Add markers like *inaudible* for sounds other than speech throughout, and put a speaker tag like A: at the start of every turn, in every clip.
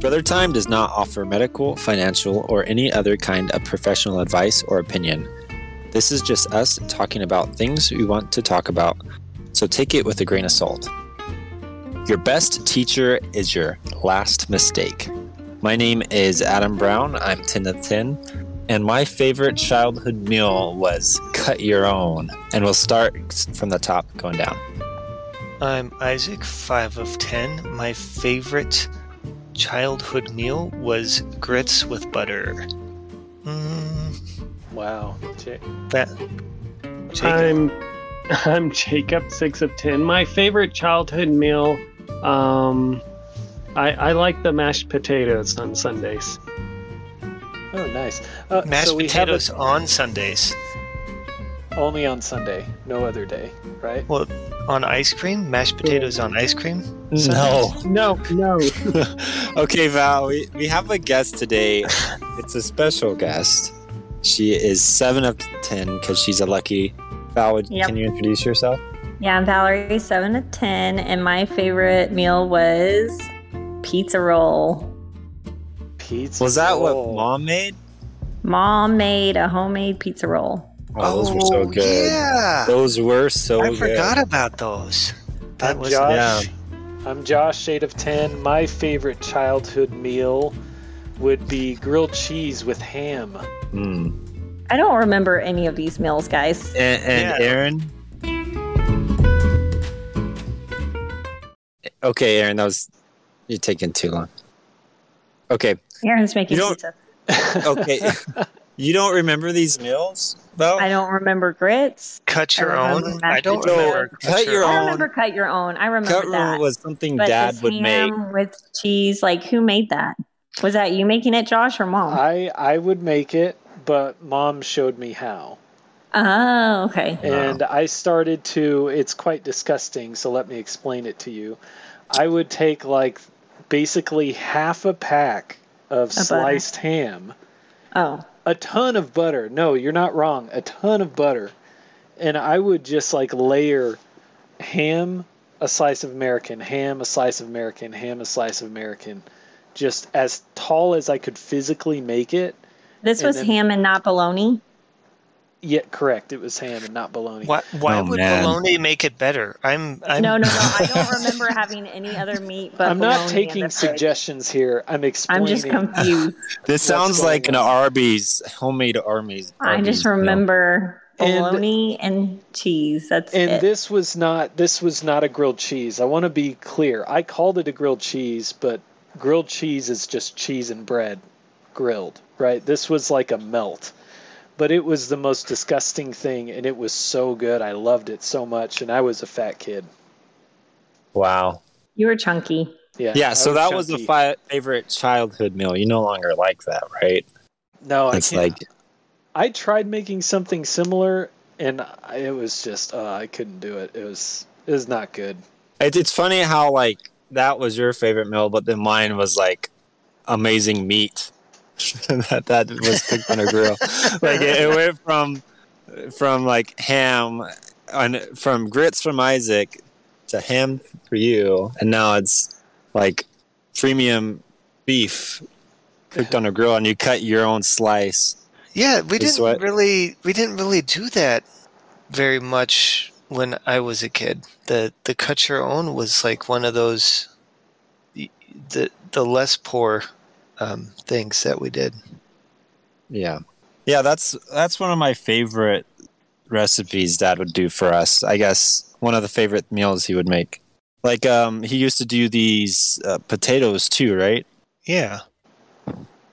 A: Brother Time does not offer medical, financial, or any other kind of professional advice or opinion. This is just us talking about things we want to talk about, so take it with a grain of salt. Your best teacher is your last mistake. My name is Adam Brown. I'm 10 of 10. And my favorite childhood meal was cut your own. And we'll start from the top going down.
B: I'm Isaac, 5 of 10. My favorite childhood meal was grits with butter. Mm,
C: Wow. Ja-
B: that. Jacob,
C: I'm *laughs* I'm Jacob, six of ten. My favorite childhood meal, um, I I like the mashed potatoes on Sundays.
D: Oh, nice. Uh,
B: mashed
D: so we
B: potatoes
D: have
B: on Sundays.
D: it only on Sunday, no other day, right?
B: Well, on ice cream? Mashed potatoes on ice cream?
A: No.
C: No, no.
A: *laughs* okay, Val, we, we have a guest today. It's a special guest. She is 7 of 10 because she's a lucky. Val, would-
E: Yep.
A: can you introduce yourself?
E: Yeah, I'm Valerie, 7 to 10, and my favorite meal was pizza roll.
D: Pizza.
A: Was that what
B: Oh.
D: roll.
A: mom made?
E: Mom made a homemade pizza roll.
A: Oh, those were so good.
B: Yeah.
A: Those were so
B: I
A: good.
B: forgot about those. That
D: I'm
B: was
D: Josh. I'm Josh, eight of ten. My favorite childhood meal would be grilled cheese with ham.
A: Mm.
E: I don't remember any of these meals, guys.
A: and, and
B: Yeah.
A: Aaron. Okay, Aaron, that was you're taking too long. Okay,
E: Aaron's making
A: You don't-
E: pizza.
B: *laughs*
A: okay. you don't remember these meals, Val?
E: I don't remember grits.
B: cut your
E: I
B: own.
E: remember mashed
B: I don't
A: potatoes.
B: remember.
A: No, cut your
E: I
A: own.
E: remember cut your own. I remember
A: Cut
E: that.
A: roll was something
E: but
A: Dad
E: this
A: would make.
E: ham with cheese, like who made that? Was that you making it, Josh, or
A: Uh,
E: mom?
D: I I would make it, but mom showed me how,
E: oh, okay.
D: and I started to. It's quite disgusting, so let me explain it to you. I would take like basically half a pack of
E: butter.
D: sliced ham.
E: Oh,
D: a ton of butter. No, you're not wrong. A ton of butter. And I would just like layer ham, a slice of American, ham, a slice of American, ham, a slice of American, just as tall as I could physically make it.
E: this
D: And
E: was
D: then-
E: ham and not bologna.
D: Yet correct, it was ham and not bologna.
B: Why, why
A: Oh,
B: would
A: man.
B: bologna make it better? I'm. I'm
E: No, no, no.
B: *laughs*
E: I
A: *laughs*
E: don't remember having any other meat but
D: I'm not
E: bologna in
D: taking
E: the fridge.
D: suggestions here. I'm explaining.
E: I'm just confused.
A: This sounds
D: going
A: like an
D: on?
A: Arby's homemade Arby's.
E: *laughs* I
A: Arby's
E: just
A: meal.
E: remember
D: And-
E: bologna and cheese. That's
D: and
E: it.
D: this was not this was not a grilled cheese. I want to be clear. I called it a grilled cheese, but grilled cheese is just cheese and bread grilled, right? This was like a melt. But it was the most disgusting thing and it was so good. I loved it so much and I was a fat kid.
A: Wow.
E: you were chunky.
D: Yeah.
A: Yeah,
D: I
A: so that was
D: chunky.
A: a fi- favorite childhood meal. You no longer like that, right?
D: No, I
A: it's
D: can't.
A: like
D: I tried making something similar and I- it was just uh, I couldn't do it. It was it was not good.
A: It, it's funny how like that was your favorite meal, but then mine was like amazing meat *laughs* that that was cooked on a grill.
E: *laughs*
A: like it, *laughs* it went from from like ham on from grits from Isaac to ham for you, and now it's like premium beef cooked on a grill, and you cut your own slice.
B: Yeah, we
A: Is
B: didn't
A: what-
B: really we didn't really do that very much when I was a kid. The the cut your own was like one of those the the less poor um, things that we did.
A: Yeah. Yeah, that's that's one of my favorite recipes dad would do for us. I guess one of the favorite meals he would make. Like um he used to do these uh, potatoes too, right?
B: Yeah,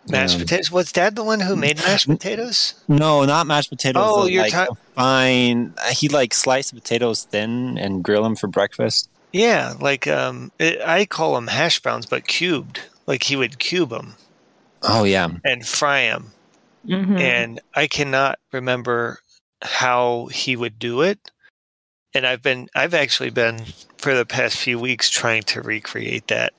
B: mashed
A: Um,
B: potatoes. Was Dad the one who made mashed potatoes?
A: No, not mashed potatoes.
B: Oh,
A: the,
B: you're
A: like,
B: ta-
A: fine. He like sliced potatoes thin and grill them for breakfast.
B: Yeah, like um, it, I call them hash browns, but cubed. Like he would cube them
A: Oh yeah.
B: and fry them.
E: Mhm.
B: and I cannot remember how he would do it. And I've been I've actually been for the past few weeks trying to recreate that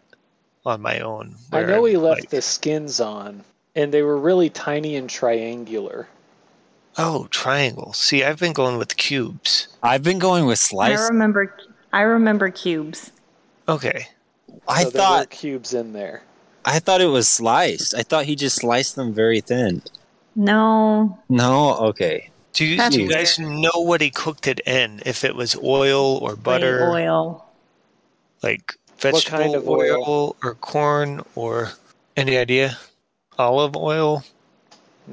B: on my own.
D: I
B: where
D: know he
B: I'm
D: left
B: like,
D: the skins on and they were really tiny and triangular.
B: Oh, triangles. See, I've been going with cubes.
A: I've been going with
E: I
A: sliced.
E: remember. I remember cubes.
B: Okay.
A: I
D: So there were
A: thought
D: cubes in there.
A: I thought it was sliced. I thought he just sliced them very thin.
E: No,
A: No, okay.
B: Do you,
E: That's
B: do you
A: weird.
B: guys know what he cooked it in? If it was oil or
E: plain
B: butter,
E: oil.
B: like
D: What
B: vegetable
D: kind of oil?
B: or corn or any idea? Olive oil?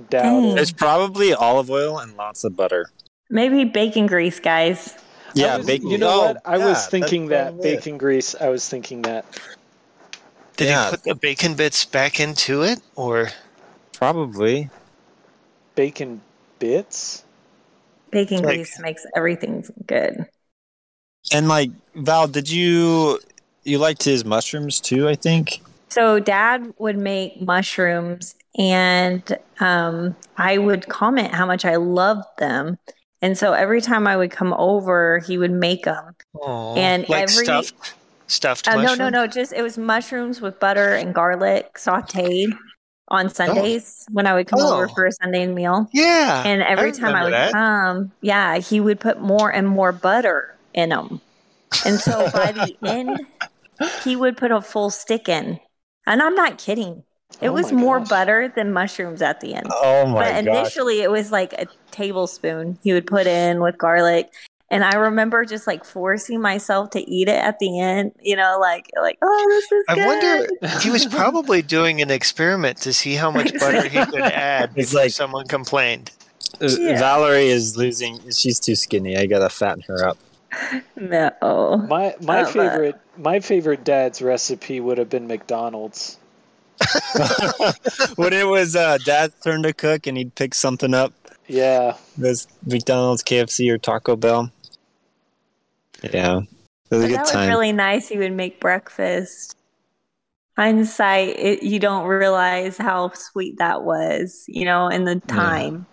D: Doubt it.
E: Dang.
A: It's probably olive oil and lots of butter.
E: Maybe bacon grease, guys.
A: Yeah,
D: I was-
A: bacon.
D: You know
A: oh,
D: what? I
A: yeah,
D: was
A: that's
D: thinking that
A: probably it.
D: bacon grease. I was thinking that.
B: Did
A: Yeah.
B: he put the bacon bits back into it, or
A: Probably.
D: bacon bits.
E: Bacon
B: Like-
E: grease makes everything good.
A: And like Val, did you you liked his mushrooms too? I think.
E: So dad would make mushrooms and um, I would comment how much I loved them. And so every time I would come over, he would make them.
B: oh,
E: And
B: like
E: every-
B: stuffed stuffed
E: Uh, no,
B: mushroom?
E: no, no. Just it was mushrooms with butter and garlic sauteed on Sundays when I would come over
B: Oh.
E: for a Sunday meal.
B: Yeah,
E: And every
B: I
E: time
B: remember
E: I would
B: that.
E: come, yeah, he would put more and more butter in them. And so by the
B: *laughs*
E: end, he would put a full stick in. And I'm not kidding. It
D: Oh
E: was
D: my
E: more
D: gosh.
E: butter than mushrooms at the end.
A: Oh my
E: but
A: gosh!
E: initially, it was like a tablespoon he would put in with garlic. And I remember just like forcing myself to eat it at the end, you know, like like oh, this is
B: I
E: good.
B: wonder he was probably doing an experiment to see how
E: *laughs*
B: much butter he could add
A: It's *laughs*
B: before
A: like-
B: someone complained.
E: Yeah.
A: Valerie is losing. She's too skinny. I gotta fatten her up.
E: no.
D: My my
E: Not that.
D: favorite my favorite dad's recipe would have been McDonald's.
A: when it was uh, Dad's turn to cook, and he'd pick something up,
D: Yeah,
A: it was McDonald's, KFC, or Taco Bell. Yeah, it was a
E: But
A: good
E: that was
A: time.
E: really nice. He would make breakfast. Hindsight, it, you don't realize how sweet that was, you know, in the time.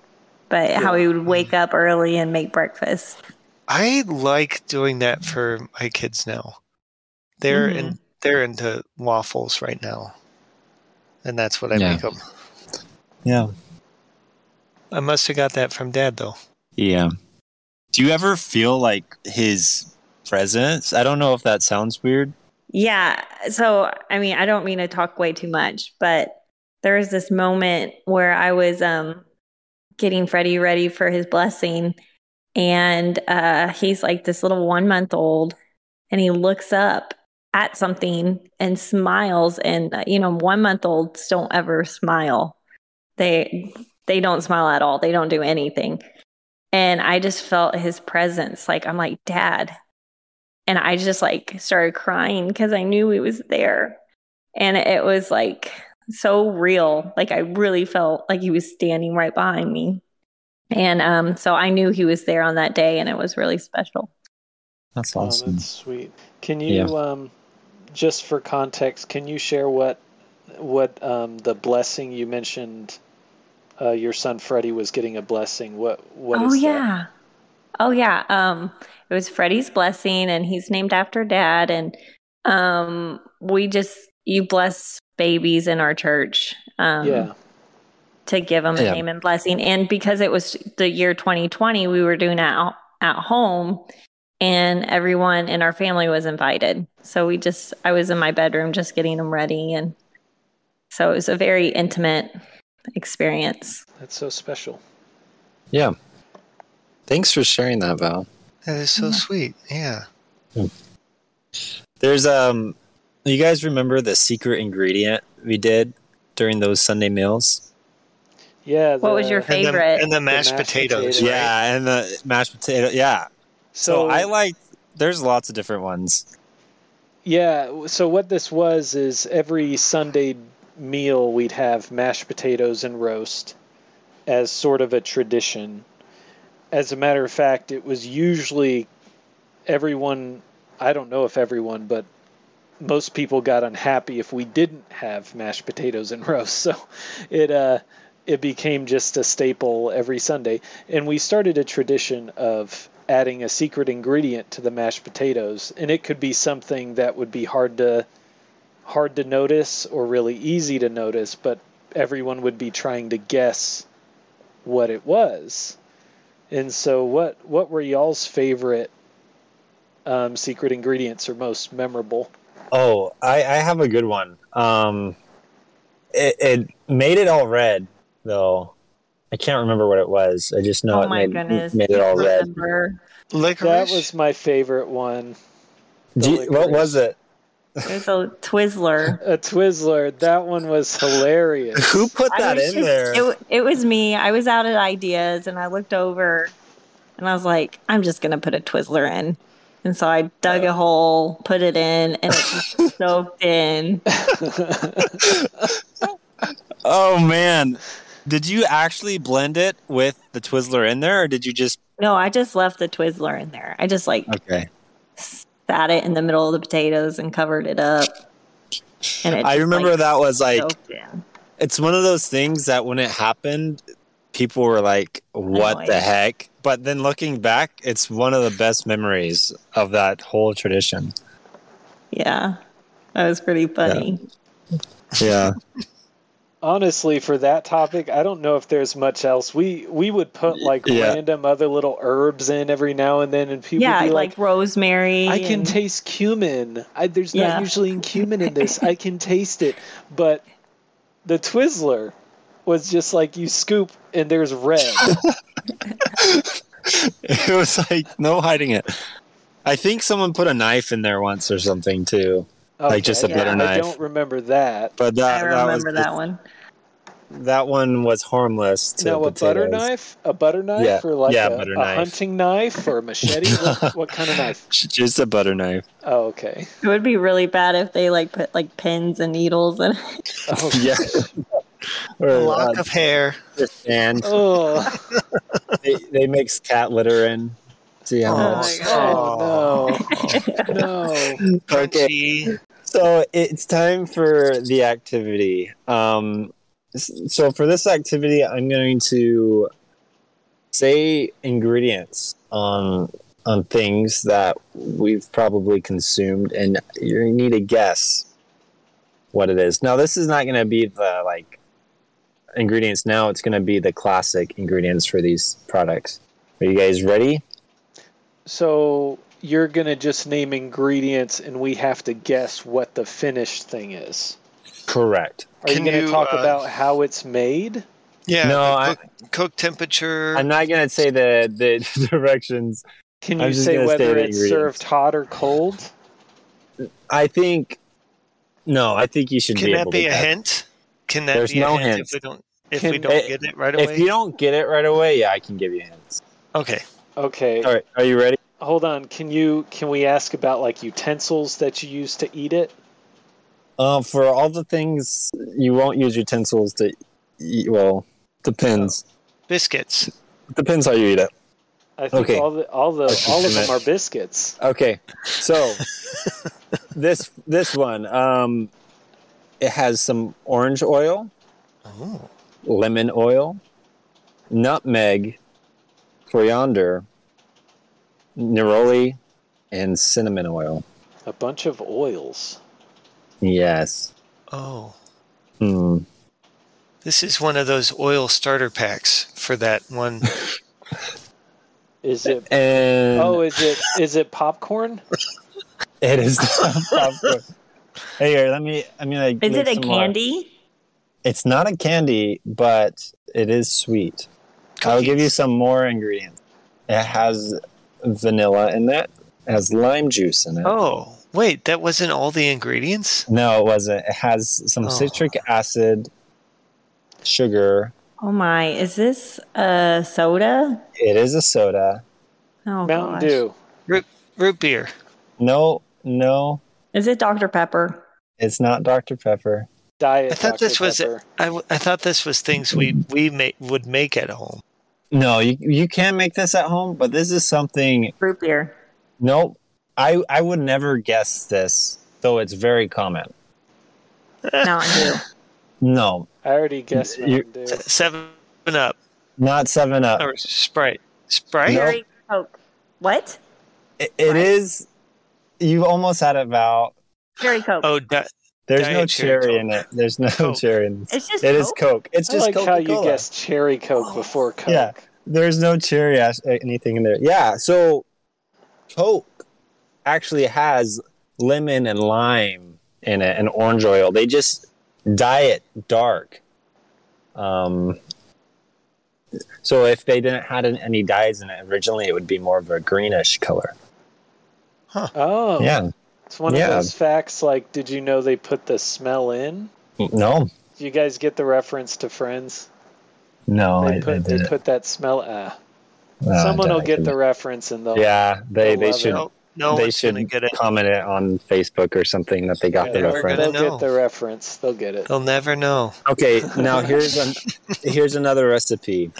E: But how he would wake up early and make breakfast.
B: I like doing that for my kids now. They're
E: Mhm.
B: in they're into waffles right now, and that's what I
A: Yeah.
B: make them.
A: yeah,
B: I must have got that from Dad though.
A: yeah. Do you ever feel like his presence? I don't know if that sounds weird.
E: Yeah. So, I mean, I don't mean to talk way too much, but there was this moment where I was um, getting Freddie ready for his blessing. And uh, he's like this little one month old, and he looks up at something and smiles. And, uh, you know, one month olds don't ever smile. They, they don't smile at all. They don't do anything. And I just felt his presence. Like, I'm like, Dad, and I just like started crying because I knew he was there. And it was like so real. Like I really felt like he was standing right behind me. And um, so I knew he was there on that day and it was really special.
A: That's
D: Oh,
A: awesome.
D: that's sweet. Can you
A: Yeah.
D: um, just for context, can you share what what um, the blessing you mentioned? Uh, your son Freddie was getting a blessing. What what is
E: oh
D: that?
E: yeah. Oh yeah. Um it was Freddie's blessing and he's named after dad and um we just you bless babies in our church. Um
D: Yeah.
E: to give them a
A: Yeah.
E: name and blessing. And because it was the year 2020, we were doing it out, at home and everyone in our family was invited. So we just, I was in my bedroom just getting them ready. And so it was a very intimate experience.
D: That's so special.
A: Thanks for sharing that, Val.
B: That is so
E: Yeah.
B: sweet. Yeah.
A: There's um, you guys remember the secret ingredient we did during those Sunday meals?
D: Yeah.
E: What was
D: the-
E: your fa-
B: And the,
E: Favorite.
B: and the mashed,
D: mashed
B: potatoes.
D: potatoes.
B: right?
A: Yeah, and the mashed potato. Yeah. So,
D: So
A: I like. There's lots of different ones.
D: Yeah, w- so what this was is every Sunday meal we'd have mashed potatoes and roast as sort of a tradition. As a matter of fact, it was usually everyone, I don't know if everyone, but most people got unhappy if we didn't have mashed potatoes and roast. *laughs* So it uh it became just a staple every Sunday and we started a tradition of adding a secret ingredient to the mashed potatoes and it could be something that would be hard to hard to notice or really easy to notice but everyone would be trying to guess what it was and so what what were y'all's favorite um, secret ingredients or most memorable
A: Oh, I I have a good one. Um, it, it made it all red though. I can't remember what it was. I just know
E: oh
A: it
E: my
A: made,
E: goodness.
A: made it all red.
E: Remember.
B: Licorice.
D: That was my favorite one.
A: Do you- what was it?
E: There's a Twizzler.
D: A Twizzler. That one was hilarious.
A: Who
D: *laughs*
A: put
E: I
A: that
E: was
A: in
E: just-
A: there?
E: It, w- it was me. I was out at ideas and I looked over and I was like, I'm just going to put a Twizzler in. And so I dug a hole, put it in, and it
A: *laughs*
E: just soaked in.
A: Oh man. Did you actually blend it with the Twizzler in there or did you just
E: No, I just left the Twizzler in there. I just like
A: Okay.
E: sat it in the middle of the potatoes and covered it up. And it
A: I
E: just,
A: remember
E: like,
A: that was like
E: soaked in.
A: it's one of those things that when it happened people were like what the
E: Annoyed.
A: heck? But then looking back, it's one of the best memories of that whole tradition.
E: Yeah. That was pretty funny.
A: Yeah.
D: Honestly, for that topic, I don't know if there's much else. We we would put like
A: Yeah.
D: random other little herbs in every now and then, and people
E: Yeah,
D: would be
E: like, rosemary.
D: I can
E: and-
D: taste cumin. I, there's
E: Yeah.
D: not usually in cumin in this. I can taste it. But the Twizzler was just like you scoop and there's red.
A: *laughs*
E: *laughs*
A: it was like no hiding it. I think someone put a knife in there once or something too. Like just
D: Okay,
E: a butter
D: I
A: knife.
D: don't remember that.
A: But that
E: I
A: that was
E: remember that, one.
A: that one was harmless to
D: now a butter
A: potatoes.
D: knife, a butter knife,
A: Yeah,
D: or like
A: yeah,
D: a,
A: butter
D: a
A: knife.
D: hunting knife or a machete.
A: *laughs*
D: what, what kind of knife?
A: Just a butter knife. *laughs*
D: Oh, okay.
E: It would be really bad if they like put like pins and needles in it.
D: Oh,
A: Yeah. or
B: a
A: uh,
B: lock of hair.
A: just sand.
D: oh,
A: They, they mix cat litter in. See how
E: Oh
A: much.
E: my
D: oh, *laughs* no, no.
B: Crunchy.
A: So it's time for the activity. Um, s- so for this activity, I'm going to say ingredients on on things that we've probably consumed, and you need to guess what it is. Now, this is not going to be the like ingredients. Now, it's going to be the classic ingredients for these products. Are you guys ready?
D: So you're gonna just name ingredients, and we have to guess what the finished thing is.
A: Correct.
D: Are
B: Can
D: you gonna
B: you,
D: talk
B: uh,
D: about how it's made?
B: Yeah.
A: no,
B: like
A: I,
B: cook, cook temperature.
A: I'm not going to say the the *laughs* directions.
D: Can
A: I'm
D: you
A: just
D: say
A: gonna say
D: whether
A: the
D: it's
A: ingredients.
D: served hot or cold?
A: I think no. I think you should
B: Can
A: be
B: that
A: able
B: be
A: to
B: a
A: guess.
B: hint? Can that
A: There's
B: be a
A: no
B: hint
A: hint.
B: if we don't if
D: Can-
B: we don't
A: Eh,
B: get it right away?
A: If you don't get it right away, yeah, I can give you hints.
B: okay.
D: Okay,
A: All right, are you ready?
D: hold on. Can you can we ask about like utensils that you use to eat it?
A: Um, for all the things you won't use utensils to eat. Well, depends.
B: Biscuits.
A: Oh. Depends how you eat it.
D: I think
A: Okay.
D: all the all the
A: Okay,
D: all of
A: can
D: them
A: I-
D: are biscuits.
A: Okay, so *laughs* this this one, um, it has some orange oil,
B: Oh.
A: lemon oil, nutmeg, coriander, neroli, and cinnamon oil.
D: A bunch of oils.
A: Yes.
B: Oh.
A: Hmm.
B: This is one of those oil starter packs for that one.
D: Is it?
A: And
D: Oh, is it is it popcorn?
A: it is popcorn. Hey, here, let me. I'm gonna.
E: Is
A: make
E: it a
A: some more.
E: candy?
A: It's not a candy, but it is sweet. *laughs* I'll give you some more ingredients. It has vanilla in it. It has lime juice in it.
B: Oh. Wait, that wasn't all the ingredients?
A: No, it wasn't. It has some
B: Oh.
A: citric acid, sugar.
E: Oh my, is this a soda?
A: It is a soda.
E: Oh,
D: Mountain
E: gosh.
D: Dew.
B: Root beer.
A: No, no,
E: Is it Dr. Pepper?
A: it's not Dr Pepper.
D: Diet.
B: I thought
D: Dr.
B: this was-
D: Pepper.
B: I, w- I thought this was things we we ma- would make at home.
A: No, you you can make this at home, but this is something
E: Root beer.
A: Nope. I I would never guess this, though it's very common.
E: Mountain Dew.
A: No,
D: I already guessed
A: You-
D: Mountain Dew.
B: S- Seven Up
A: not Seven Up.
B: or Sprite. Sprite.
A: *laughs* Nope.
E: Cherry Coke. What?
A: It, it is. You almost had it, Val.
E: Cherry Coke.
B: Oh, di-
A: There's no
B: Diet cherry
A: cherry
B: Coke.
A: in it. There's no
B: Coke.
A: cherry in it.
E: it's just
A: It
E: Coke?
A: is Coke. It's
D: I
A: just
D: like how you
A: Coca-Cola. Oh,
D: guessed cherry Coke before Coke.
A: Yeah. There's no cherry ash- anything in there. Yeah. So, Coke actually has lemon and lime in it and orange oil. They just diet dark. Um, so if they didn't had an- any dyes in it originally, it would be more of a greenish color.
D: Oh,
A: Yeah.
D: It's one
A: Yeah.
D: of those facts. Like, did you know they put the smell in?
A: No,
D: Do you guys get the reference to Friends?
A: no,
D: they
A: Oh, I- I
D: put they
A: didn't.
D: put that smell. Ah,
A: No, I
D: someone will
A: didn't.
D: get the reference and they'll.
A: Yeah, they
D: They'll
A: they
D: love
A: should
B: No, no
A: they
B: one's
A: should
B: gonna get it.
A: comment it on Facebook or something that they got the
B: they're
A: reference.
B: gonna
D: They'll
B: know.
D: get the reference. They'll get it.
A: Oh.
B: They'll never know.
A: Okay, now here's an, here's another recipe.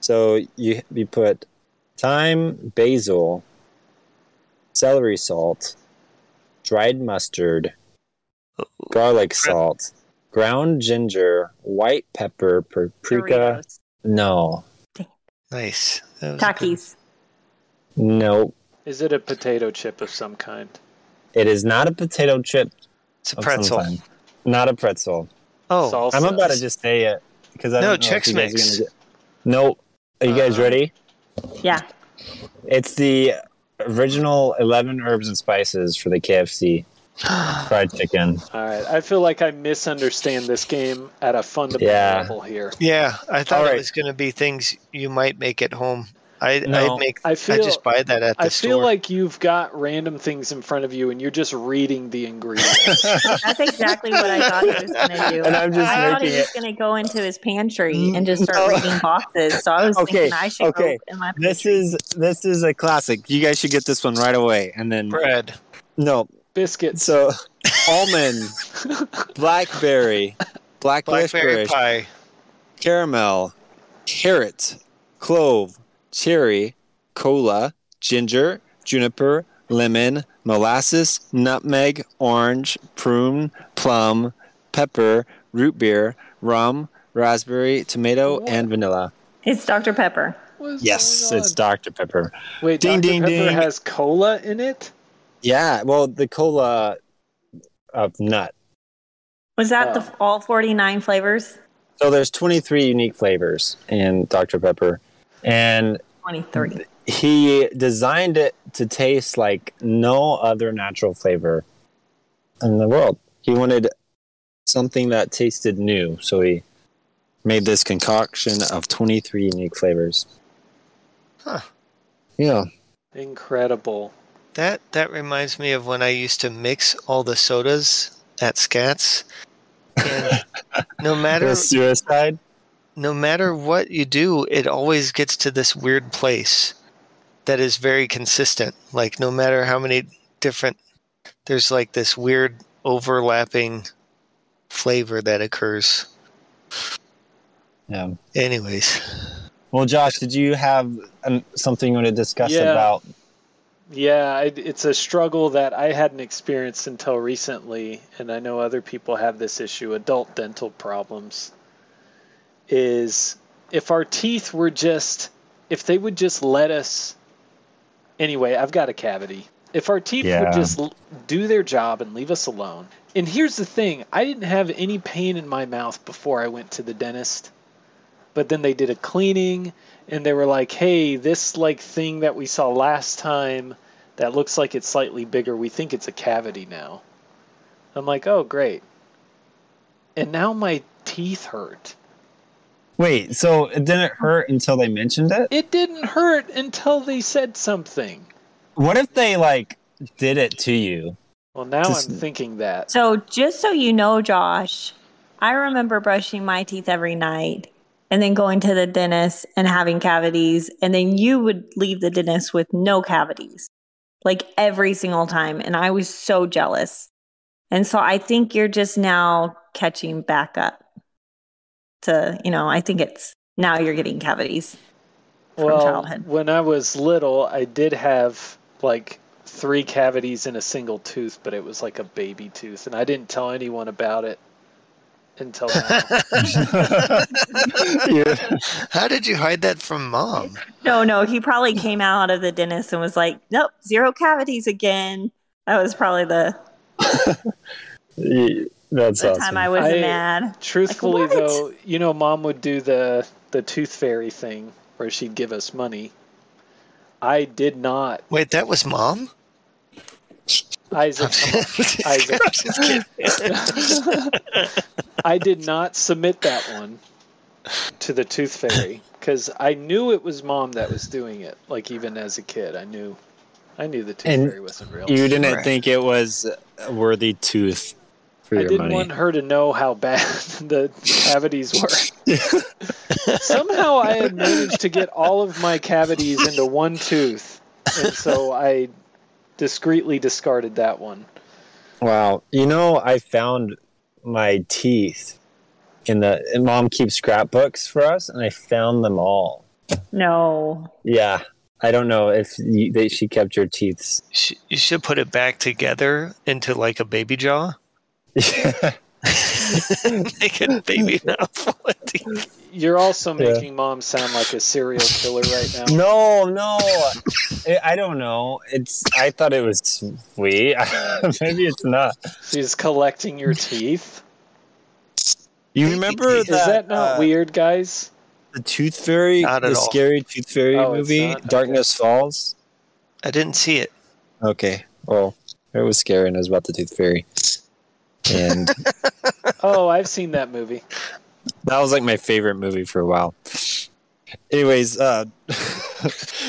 A: So you you put thyme, basil, celery salt, dried mustard, garlic salt, ground ginger, white pepper, paprika.
E: Doritos.
A: No,
B: Nice. That was a good-
E: Takis.
A: no,
D: Is it a potato chip of some kind?
A: it is not a potato chip.
B: It's a
A: of some
B: pretzel.
A: kind. Not a pretzel.
B: Oh,
D: Salsa.
A: I'm about to just say it because I
B: No,
A: don't know if
B: Chex
A: you guys are
B: Mix.
A: gonna get- No, are you guys
B: Uh,
A: ready?
E: Yeah.
A: It's the original 11 herbs and spices for the KFC fried chicken.
D: All right. I feel like I misunderstand this game at a fundamental
A: Yeah.
D: level here.
B: *gasps* yeah, I thought
A: Alright.
B: it was going to be things you might make at home. I
A: No.
B: I make.
D: I
B: I
D: feel.
B: just buy that at the
D: I
B: store.
D: feel like you've got random things in front of you and you're just reading
B: *laughs*
D: the ingredients.
E: That's exactly what I thought he was going to do.
A: *laughs* And I'm just
E: I thought he
A: making
E: was going to go into his pantry
A: Mm,
E: and just start
A: no.
E: reading boxes. So I was
A: *laughs* Okay,
E: thinking I should
A: okay.
E: go in my
A: This is this is a classic. You guys should get this one right away. And then
B: bread.
A: no,
D: Biscuits.
A: so almond, blackberry, black
B: Blackberry
A: raspberry,
B: pie.
A: caramel, carrot, clove, cherry, cola, ginger, juniper, lemon, molasses, nutmeg, orange, prune, plum, pepper, root beer, rum, raspberry, tomato,
D: What?
A: and vanilla.
E: It's Dr. Pepper.
D: What is
A: Yes,
D: going
A: it's
D: on?
A: Dr. Pepper.
D: Wait,
A: Ding,
D: Dr.
A: ding,
D: Pepper
A: ding.
D: has cola in it?
A: Yeah, well, the cola of nut.
E: Was that
D: Oh.
E: the all 49 flavors?
A: So there's 23 unique flavors in Dr. Pepper. And
E: 23.
A: he designed it to taste like no other natural flavor in the world. He wanted something that tasted new, so he made this concoction of 23 unique flavors.
B: Huh.
A: Yeah.
D: Incredible.
B: That that reminds me of when I used to mix all the sodas at Scats.
D: *laughs*
B: And no matter
A: The suicide?
B: no matter what you do, it always gets to this weird place that is very consistent. Like no matter how many different there's like this weird overlapping flavor that occurs.
A: Yeah.
B: Anyways, *laughs*
A: Well, Josh, did you have um, something you want to discuss
D: Yeah.
A: about?
D: Yeah, I, it's a struggle that I hadn't experienced until recently, and I know other people have this issue, adult dental problems. Is if our teeth were just, if they would just let us, anyway, I've got a cavity. If our teeth
A: Yeah.
D: would just l- do their job and leave us alone. And here's the thing I didn't have any pain in my mouth before I went to the dentist, but then they did a cleaning and they were like, "Hey, this like thing that we saw last time that looks like it's slightly bigger. We think it's a cavity now." I'm like, "Oh, great." And now my teeth hurt.
A: Wait, so it didn't hurt until they mentioned it?
D: It didn't hurt until they said something.
A: What if they like did it to you? *laughs*
D: Well, now
A: Just-
D: I'm thinking that.
E: So just so you know, Josh, I remember brushing my teeth every night and then going to the dentist and having cavities. And then you would leave the dentist with no cavities, like every single time. And I was so jealous. And so I think you're just now catching back up to, you know, I think it's now you're getting cavities. from
D: well,
E: childhood.
D: when I was little, I did have like three cavities in a single tooth, but it was like a baby tooth, and I didn't tell anyone about it
B: *laughs*
D: until now.
B: how did you hide that from mom?
E: No, no, he probably came out of the dentist and was like, nope, zero cavities again. That was probably the,
A: That's
E: the
A: awesome.
E: time I was
D: I-
E: mad.
D: Truthfully,
E: Like, what?
D: though, you know, mom would do the the tooth fairy thing where she'd give us money. I did not.
B: *laughs* Wait, that was mom?
A: *laughs*
D: Isaac, come on. Isaac.
B: I'm just kidding.
D: *laughs* I did not submit that one to the Tooth Fairy because I knew it was mom that was doing it. Like even as a kid, I knew, I knew the Tooth
A: And
D: Fairy wasn't real.
A: You didn't
B: Right.
A: think it was a worthy tooth for
D: I
A: your
D: didn't
A: money.
D: want her to know how bad *laughs* the cavities
B: *laughs*
D: were. Somehow I had managed to get all of my cavities into one tooth, and so I discreetly discarded that one.
A: Wow. You know, I found my teeth in the and mom keeps scrapbooks for us, and I found them all.
E: No.
A: Yeah. I don't know if you, they, she kept your teeth. *laughs*
B: Sh- you should put it back together into like a baby jaw. *laughs* Make a baby mouth. *laughs*
D: You're also
A: Yeah.
D: making mom sound like a serial killer right now.
A: no, no. I- I don't know. It's. I thought it was sweet. *laughs* Maybe it's not.
D: She's collecting your teeth.
A: You remember
B: Is
D: Is that not
A: uh,
D: weird, guys?
A: The Tooth Fairy,
B: Not at
A: the
B: all.
A: scary Tooth Fairy
D: Oh, it's
A: movie,
D: not? Okay.
A: Darkness Falls.
B: I didn't see it.
A: Okay. Well, it was scary and it was about the Tooth Fairy.
B: *laughs*
A: And
D: Oh, I've seen that movie.
A: that was like my favorite movie for a while. Anyways, uh, *laughs*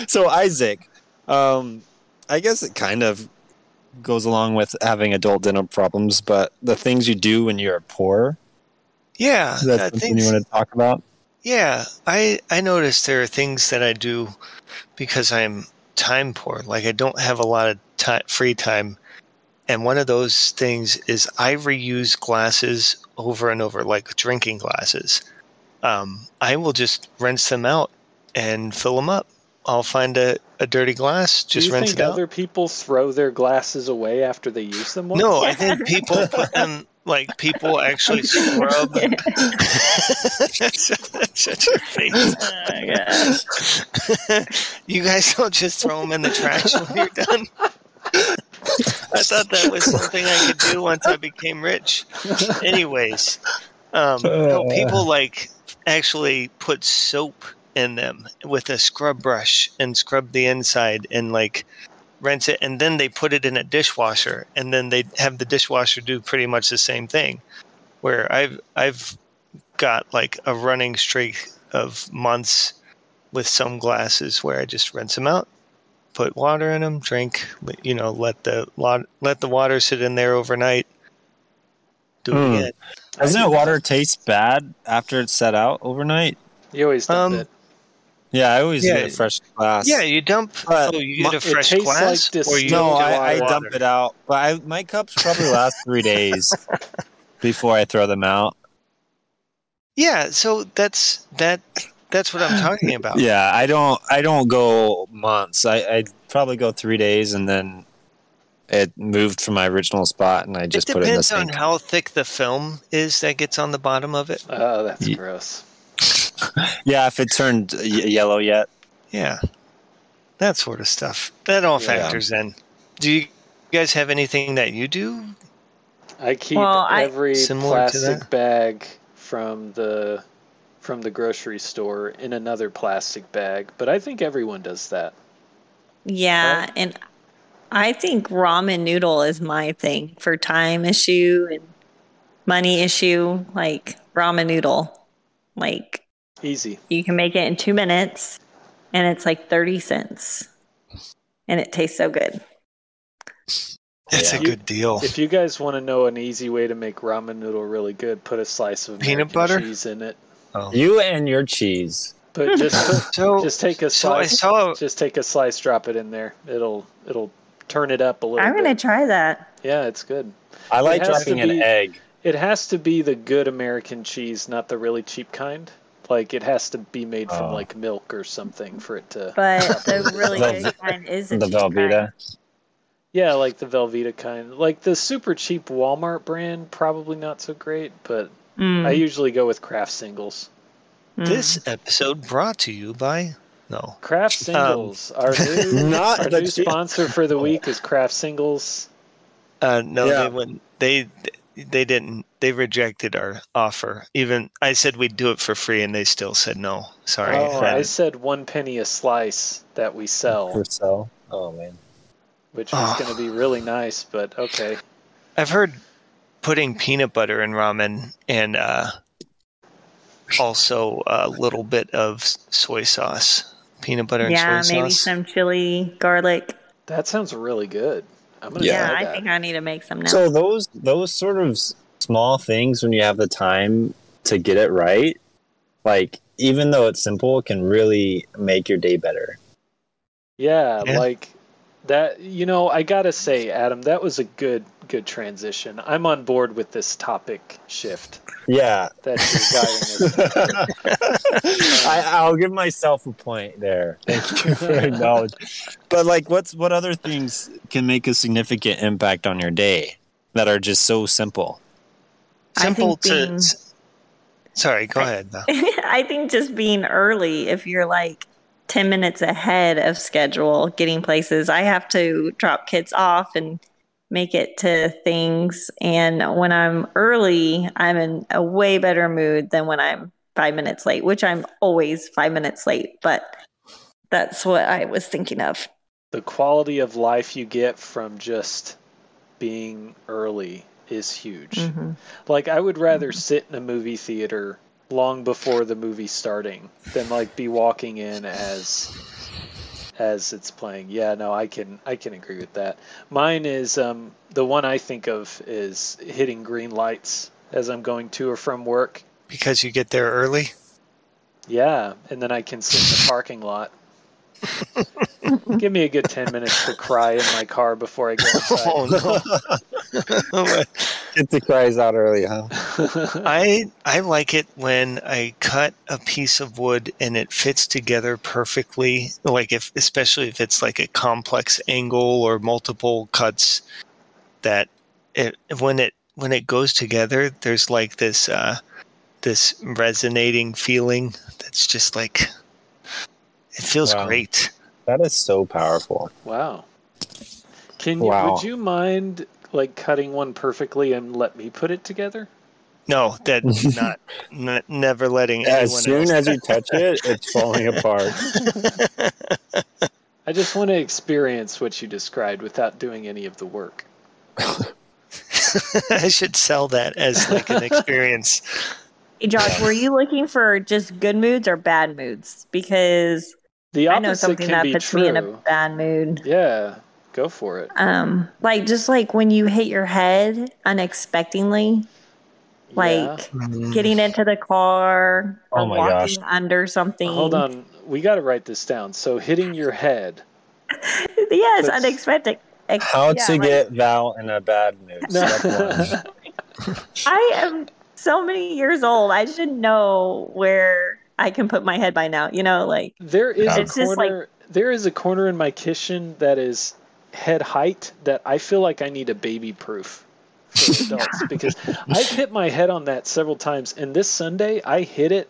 A: so Isaac, um, I guess it kind of goes along with having adult dental problems, but the things you do when you're poor,
B: Yeah,
A: that's
B: I
A: something
B: think.
A: you want to talk about?
B: Yeah, I I noticed there are things that I do because I'm time poor. Like I don't have a lot of time, free time, and one of those things is I reuse glasses over and over, like drinking glasses. Um, I will just rinse them out and fill them up. I'll find a, a dirty glass, just
D: Do you
B: rinse
D: think
B: it out.
D: other people throw their glasses away after they use them? once? *laughs*
B: No, I think people put them like people actually scrub.
D: *laughs*
B: *laughs* Shut your face. *laughs* you guys don't just throw them in the trash when you're done. I thought that was something I could do once I became rich. Anyways, um, no, people like actually put soap in them with a scrub brush and scrub the inside and like rinse it and then they put it in a dishwasher and then they have the dishwasher do pretty much the same thing where I've I've got like a running streak of months with some glasses where I just rinse them out, put water in them, drink, let- you know, let the lot, let the water sit in there overnight. Do it
A: Hmm.
B: again.
A: Doesn't water taste bad after it's set out overnight?
D: You always dump
B: Um,
D: it.
A: Yeah, I always
B: Yeah.
A: get fresh glass.
B: Yeah, you dump.
A: Uh,
B: oh, you
A: my-
B: get a
D: it
B: fresh
D: tastes like
B: glass, or you
D: distilled
A: No, I, I
D: water.
A: dump it out, but I, my cups probably last three days before I throw them out.
B: Yeah, so that's that. That's what I'm talking about.
A: *laughs* Yeah, I don't. I don't go months. I I probably go three days, and then it moved from my original spot, and I just
B: it
A: put it in the
B: depends on
A: sink.
B: how thick the film is that gets on the bottom of it.
D: Oh, that's
A: Ye-
D: gross.
A: yeah, if it turned y- yellow yet.
B: Yeah, that sort of stuff. That all
A: Yeah.
B: factors in. Do you guys have anything that you do?
D: I keep
E: Well, I-
D: every
B: Similar to
D: plastic
B: that?
D: bag from the from the grocery store in another plastic bag, but I think everyone does that.
E: Yeah,
D: Right?
E: and I think ramen noodle is my thing for time issue and money issue. Like ramen noodle, like
D: Easy.
E: you can make it in two minutes, and it's like thirty cents, and it tastes so good.
B: That's
A: Yeah.
B: a good deal.
D: If you guys want to know an easy way to make ramen noodle really good, put a slice of
B: Peanut
D: American
B: butter?
D: cheese in it.
A: You and your cheese.
D: But just
B: *laughs*
D: put,
B: So,
D: just take a
B: Oh, so I
D: slice.
B: saw.
D: Just take a slice, drop it in there. It'll it'll turn it up a little.
E: I'm gonna
D: bit.
E: try that.
D: Yeah, it's good.
A: I like
D: has
A: dropping
D: to
A: an
D: be-
A: egg.
D: It has to be the good American cheese, not the really cheap kind. Like it has to be made from
A: Oh.
D: like milk or something for it to.
E: But the really
A: The-
E: good kind is
A: The
E: the
A: Velveeta.
D: Yeah, like the Velveeta kind. Like the super cheap Walmart brand, probably not so great. But I
A: Hmm.
D: usually go with Kraft singles.
E: Mm.
B: This episode brought to you by no.
D: Kraft
A: *laughs*
D: singles. our new
A: Um, Not
D: our
A: the
D: new
A: cheap-
D: sponsor for the week is Kraft singles.
B: Uh, no,
A: Yeah.
B: they wouldn't. They they didn't. They rejected our offer. Even I said we'd do it for free, and they still said no. Sorry.
D: Oh, I
B: That-
D: said one penny a slice that we sell.
A: Or so. Oh man.
D: which was
B: Oh.
D: going to be really nice, but okay.
B: I've heard putting peanut butter in ramen and uh, also a little bit of s- soy sauce. Peanut butter and
E: yeah,
B: soy
E: maybe
B: sauce.
E: some chili, garlic.
D: That sounds really good. I'm going to
E: Yeah,
D: try
E: I
D: that.
E: think I need to make some now.
A: So those those sort of s- small things when you have the time to get it right, like even though it's simple, can really make your day better.
D: Yeah,
B: Yeah.
D: like that. You know, I gotta say, Adam, that was a good good transition. I'm on board with this topic shift
B: *laughs*
A: Yeah,
D: that you're guiding
A: *laughs*
D: us.
A: I, I'll give myself a point there. Thank you for
B: *laughs*
A: acknowledging. But like, what's what other things can make a significant impact on your day that are just so simple?
E: I
B: Simple
E: think
B: to.
E: being-
B: s- Sorry, go ahead. though.
E: *laughs* I think just being early, if you're like 10 minutes ahead of schedule getting places, I have to drop kids off and make it to things. And when I'm early, I'm in a way better mood than when I'm five minutes late, which I'm always five minutes late. But that's what I was thinking of.
D: the quality of life you get from just being early is huge.
E: Mm-hmm.
D: Like, I would rather sit in a movie theater long before the movie starting than like be walking in as as it's playing. Yeah, no, I can I can agree with that. Mine is um, the one I think of is hitting green lights as I'm going to or from work.
B: Because you get there early. *laughs*
D: Yeah, and then I can sit in the parking
E: *laughs*
D: lot. Give me a good ten minutes to cry in my car before I go
B: Oh
D: inside.
B: no!
A: *laughs* Get the cries out early, huh? Oh,
B: I I like it when I cut a piece of wood and it fits together perfectly. Like if especially if it's like a complex angle or multiple cuts, that it when it when it goes together, there's like this uh, this resonating feeling that's just like it feels
A: Wow.
B: great.
A: That is so powerful.
D: *laughs* wow. Can you?
A: Wow.
D: Would you mind like cutting one perfectly and let me put it together?
B: No,
A: *laughs*
B: that not, n- never letting
A: As
B: anyone
A: soon
B: else.
A: as you touch it, it's
B: *laughs*
A: falling apart.
D: I just want to experience what you described without doing any of the work.
B: I should sell that as
A: *laughs*
B: like an experience.
E: Hey, Josh, were you looking for just good moods or bad moods? Because
D: The
E: I know
D: opposite
E: something
D: can
E: that
D: be
E: puts
D: true.
E: me in a bad mood.
D: Yeah, go for it.
E: um like just like when you hit your head unexpectedly
D: Yeah.
E: like getting into the car or
A: Oh my
E: walking under something
D: hold
E: *laughs*
D: on, we got to write this down. So hitting your head.
E: yes
D: That's-
E: unexpected *laughs* Ex-
A: How
E: yeah,
A: to
E: like,
A: get Val in a bad mood?
D: *laughs*
A: Step one.
E: i am so many years old i should know where i can put my head by now you know like
D: There is
A: Yeah.
D: a
E: It's just like-
D: corner. there is a corner in my kitchen that is head height that I feel like I need a baby proof
B: *laughs*
D: for adults because I've hit my head on that several times. And this Sunday, I hit it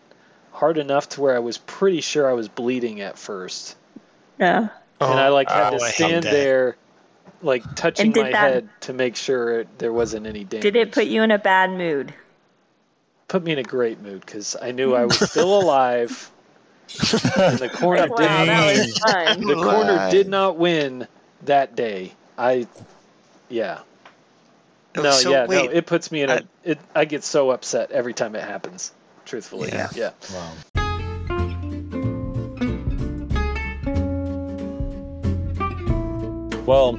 D: hard enough to where I was pretty sure I was bleeding at first,
E: yeah
D: and I like had
B: oh,
D: to
B: I hate
D: stand
B: that.
D: there, like touching
E: And did
D: my
E: that-
D: head to make sure it, there wasn't any damage.
E: did it put you in a bad mood
D: put me in a great mood because I
E: *laughs*
D: knew I was still
B: *laughs*
D: alive. and the corner
E: Like, wow that
A: dang. *laughs*
E: was fun
D: the corner
B: Right.
D: did not win that day. I, yeah, no,
B: so
D: yeah,
B: wait,
D: no. It puts me in a.
B: I-
D: it, I get so upset every time it happens. Truthfully,
B: Yeah.
D: yeah.
A: Wow. Well,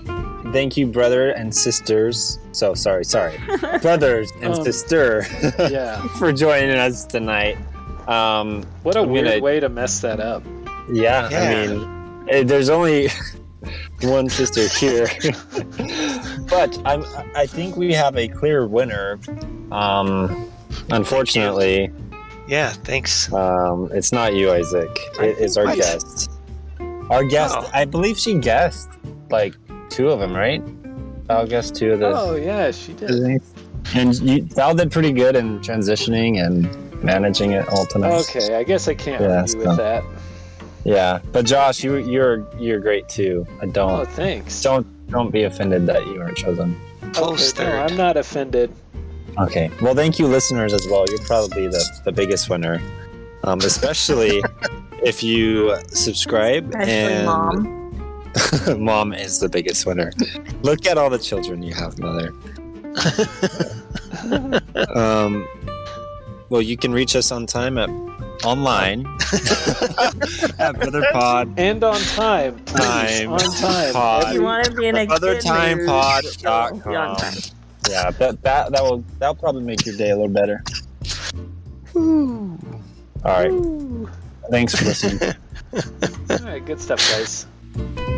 A: thank you, brother and sisters. So sorry, sorry, brothers and
D: Um,
A: sister, *laughs*
D: yeah,
A: for joining us tonight. Um,
D: What a
A: I'm
D: weird
A: gonna-
D: way to mess that up.
A: yeah,
B: Yeah.
A: I mean, eh, there's only *laughs* one sister here, *laughs* but I'm, I think we have a clear winner. Um, unfortunately,
B: yeah, thanks.
A: um, it's not you, Isaac. It is our
B: Right.
A: guest. Our guest,
B: Oh.
A: I believe she guessed like two of them, right? I'll guess two of the.
D: Oh yeah, she did.
A: And you, Val did pretty good in transitioning and managing it all tonight.
D: Okay, I guess I can't
A: Yeah,
D: argue with
A: so-
D: that.
A: Yeah, but Josh, you you're you're great too. I
D: Oh,
A: don't
D: thanks.
A: don't don't be offended that you weren't chosen.
B: Close
D: okay, no,
B: third.
D: I'm not offended.
A: Okay. Well, thank you, listeners, as well. You're probably the the biggest winner, um, especially if you subscribe
E: especially
A: and
E: mom
A: Mom is the biggest winner. Look at all the children you have, mother. Um, well, you can reach us on time at online at brotherpod
D: And on time. please,
A: Time.
D: On time.
A: Pod.
E: If you want to be in a good mood,
A: brothertimepod.com.
E: you'll be on time.
A: Yeah, that that that will that'll probably make your day a little better. All right. Thanks for listening.
D: All right, good stuff, guys.
A: Bye.